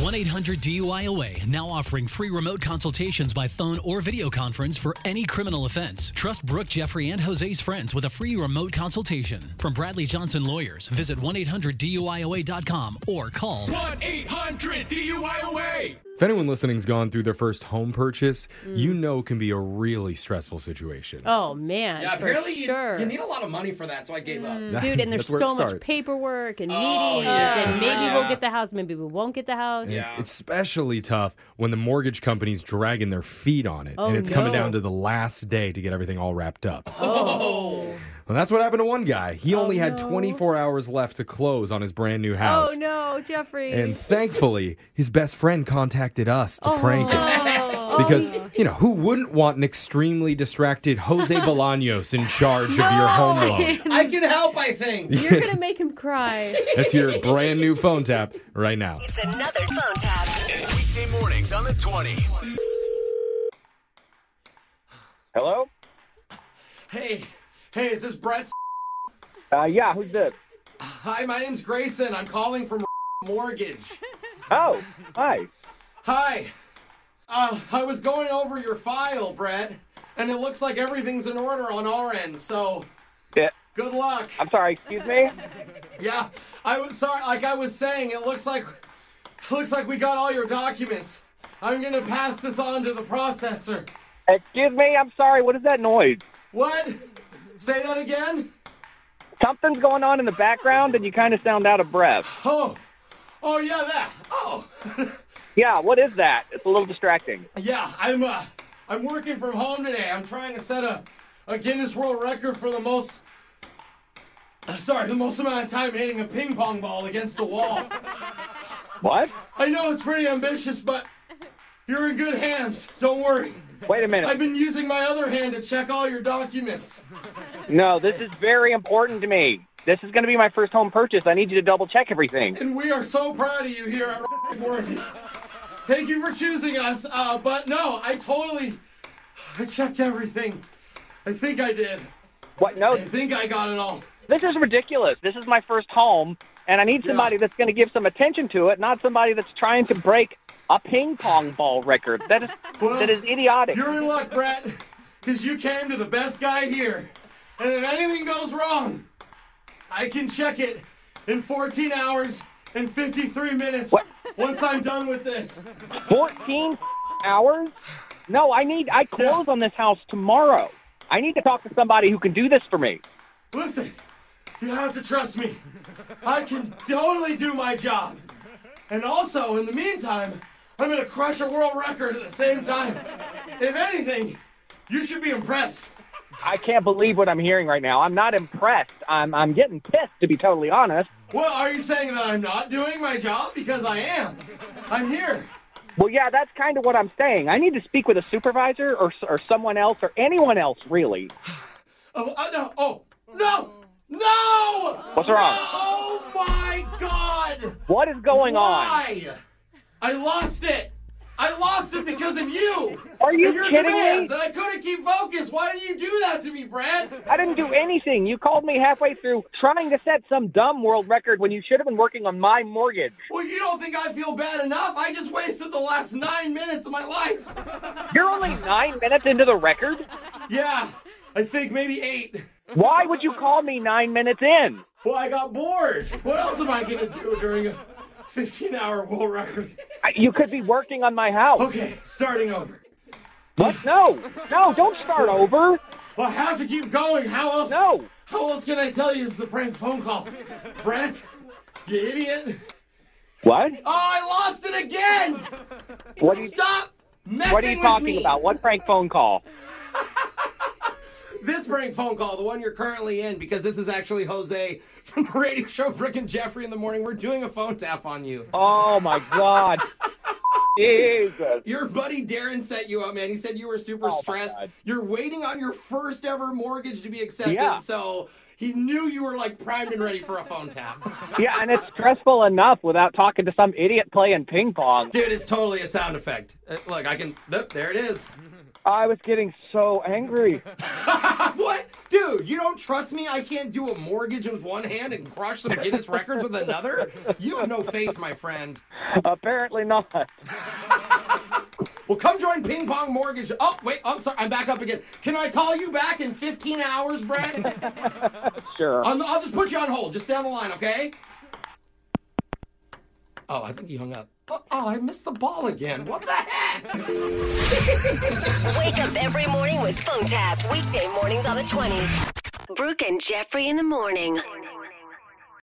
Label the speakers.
Speaker 1: 1 800 DUIOA now offering free remote consultations by phone or video conference for any criminal offense. Trust Brooke, Jeffrey, and Jose's friends with a free remote consultation. From Bradley Johnson Lawyers, visit 1 800 DUIOA.com or call
Speaker 2: 1 800 DUIOA.
Speaker 3: If anyone listening's gone through their first home purchase,
Speaker 4: Mm.
Speaker 3: you know it can be a really stressful situation.
Speaker 4: Oh man,
Speaker 5: Yeah,
Speaker 4: for
Speaker 5: apparently you-
Speaker 4: sure.
Speaker 5: you, need a lot of money for that, so I gave up.
Speaker 4: Dude, and there's
Speaker 3: That's where it
Speaker 4: so much
Speaker 3: starts.
Speaker 4: paperwork and meetings,
Speaker 5: Oh, yeah.
Speaker 4: and maybe we'll
Speaker 5: Yeah.
Speaker 4: get the house, maybe we won't get the house.
Speaker 5: Yeah.
Speaker 3: It's especially tough when the mortgage company's dragging their feet on it,
Speaker 4: Oh,
Speaker 3: and it's coming
Speaker 4: no.
Speaker 3: down to the last day to get everything all wrapped up.
Speaker 4: Oh.
Speaker 3: Well, that's what happened to one guy. He only had
Speaker 4: no.
Speaker 3: 24 hours left to close on his brand new house.
Speaker 4: Oh no, Jeffrey.
Speaker 3: And thankfully, his best friend contacted us to prank him.
Speaker 4: Oh.
Speaker 3: Because, you know, who wouldn't want an extremely distracted Jose Bolaños in charge of your home loan?
Speaker 5: I can help, I think.
Speaker 4: You're gonna make him cry.
Speaker 3: That's your brand new phone tap right now.
Speaker 6: It's another phone tap.
Speaker 7: Weekday mornings on the 20s.
Speaker 8: Hello?
Speaker 5: Hey, hey, is this Brett?
Speaker 8: Uh, yeah, who's this?
Speaker 5: Hi, my name's Grayson. I'm calling from Mortgage.
Speaker 8: Oh, hi.
Speaker 5: Hi. Uh, I was going over your file, Brett, and it looks like everything's in order on our end, so
Speaker 8: Yeah,
Speaker 5: good luck.
Speaker 8: I'm sorry, excuse me?
Speaker 5: Yeah, I was sorry. Like I was saying, it looks like looks like we got all your documents. I'm gonna pass this on to the processor.
Speaker 8: Excuse me, I'm sorry, what is that noise?
Speaker 5: What? Say that again?
Speaker 8: Something's going on in the background and you kind of sound out of breath.
Speaker 5: Oh, oh yeah, that. Oh,
Speaker 8: Yeah, what is that? It's a little distracting.
Speaker 5: yeah. I'm uh, I'm working from home today. I'm trying to set a a Guinness World Record for the most. uh, Sorry, the most amount of time hitting a ping pong ball against the wall.
Speaker 8: What?
Speaker 5: I know it's pretty ambitious, but you're in good hands. Don't worry.
Speaker 8: Wait a
Speaker 5: I've
Speaker 8: minute.
Speaker 5: been using my other hand to check all your documents.
Speaker 8: No, this is very important to me. This is going to be my first home purchase. I need you to double check everything.
Speaker 5: And we are so proud of you here at Morgan. Thank you for choosing us. Uh, but no, I totally, I checked everything. I think I did.
Speaker 8: What? No,
Speaker 5: I think I got it all.
Speaker 8: this is ridiculous. This is my first home and I need somebody that's going to give some attention to it, not somebody that's trying to break a ping pong ball record. That is
Speaker 5: Well,
Speaker 8: that is idiotic.
Speaker 5: You're in luck, Brett, because you came to the best guy here. And if anything goes wrong, I can check it in 14 hours and 53 minutes
Speaker 8: What?
Speaker 5: once I'm done with this.
Speaker 8: 14 hours? No, I need, I close on this house tomorrow. I need to talk to somebody who can do this for me.
Speaker 5: Listen, you have to trust me. I can totally do my job. And also, in the meantime, I'm gonna crush a world record at the same time. If anything, you should be impressed.
Speaker 8: I can't believe what I'm hearing right now. I'm not impressed. I'm, I'm getting pissed, to be totally honest.
Speaker 5: Well, are you saying that I'm not doing my job? Because I am. I'm here.
Speaker 8: Well, yeah, that's kind of what I'm saying. I need to speak with a supervisor or, or someone else or anyone else, really.
Speaker 5: Oh, uh, no. Oh, no! No!
Speaker 8: What's wrong?
Speaker 5: Oh my god!
Speaker 8: What is going
Speaker 5: Why? I lost it. I lost it because of you.
Speaker 8: Are you
Speaker 5: and your
Speaker 8: kidding me?
Speaker 5: demands, And I couldn't keep focus. Why did you do that to me, Brad?
Speaker 8: on? I didn't do anything. You called me halfway through trying to set some dumb world record when you should have been working on my mortgage.
Speaker 5: Well, you don't think I feel bad enough? I just wasted the last nine minutes of my life.
Speaker 8: You're only nine minutes into the record.
Speaker 5: Yeah, I think maybe eight.
Speaker 8: Why would you call me nine minutes in?
Speaker 5: Well, I got bored. What else am I gonna do during a 15-hour world record?
Speaker 8: I- You could be working on my house.
Speaker 5: Okay, starting over.
Speaker 8: What? No, no, don't start over.
Speaker 5: Well, I have to keep going. How else?
Speaker 8: No.
Speaker 5: How else can I tell you this is a prank phone call, Brett? You idiot!
Speaker 8: What?
Speaker 5: Oh, I lost it again.
Speaker 8: What are you,
Speaker 5: Stop messing
Speaker 8: what are you
Speaker 5: with
Speaker 8: talking
Speaker 5: me.
Speaker 8: about? What prank phone call?
Speaker 5: This prank phone call, the one you're currently in, because this is actually Jose from the radio show Brick and Jeffrey in the morning. We're doing a phone tap on you.
Speaker 8: Oh my God. Jesus.
Speaker 5: Your buddy Darren set you up, man. He said you were super
Speaker 8: Oh my
Speaker 5: stressed.
Speaker 8: God.
Speaker 5: You're waiting on your first ever mortgage to be accepted,
Speaker 8: Yeah.
Speaker 5: so he knew you were like primed and ready for a phone tap.
Speaker 8: Yeah, and it's stressful enough without talking to some idiot playing ping pong.
Speaker 5: Dude, it's totally a sound effect. Uh, look, I can. Th- there it is.
Speaker 8: I was getting so angry.
Speaker 5: what? Dude, you don't trust me? I can't do a mortgage with one hand and crush some Guinness records with another? You have no faith, my friend.
Speaker 8: Apparently not.
Speaker 5: Well, come join Ping Pong Mortgage. Oh, wait, I'm sorry. I'm back up again. Can I call you back in 15 hours, Brett?
Speaker 8: Sure.
Speaker 5: I'm, I'll just put you on hold. Just stay on the line, okay? Oh, I think he hung up. Oh, oh, I missed the ball again. What the heck?
Speaker 6: Wake up every morning with phone taps. Weekday mornings on the 20s. Brooke and Jeffrey in the morning.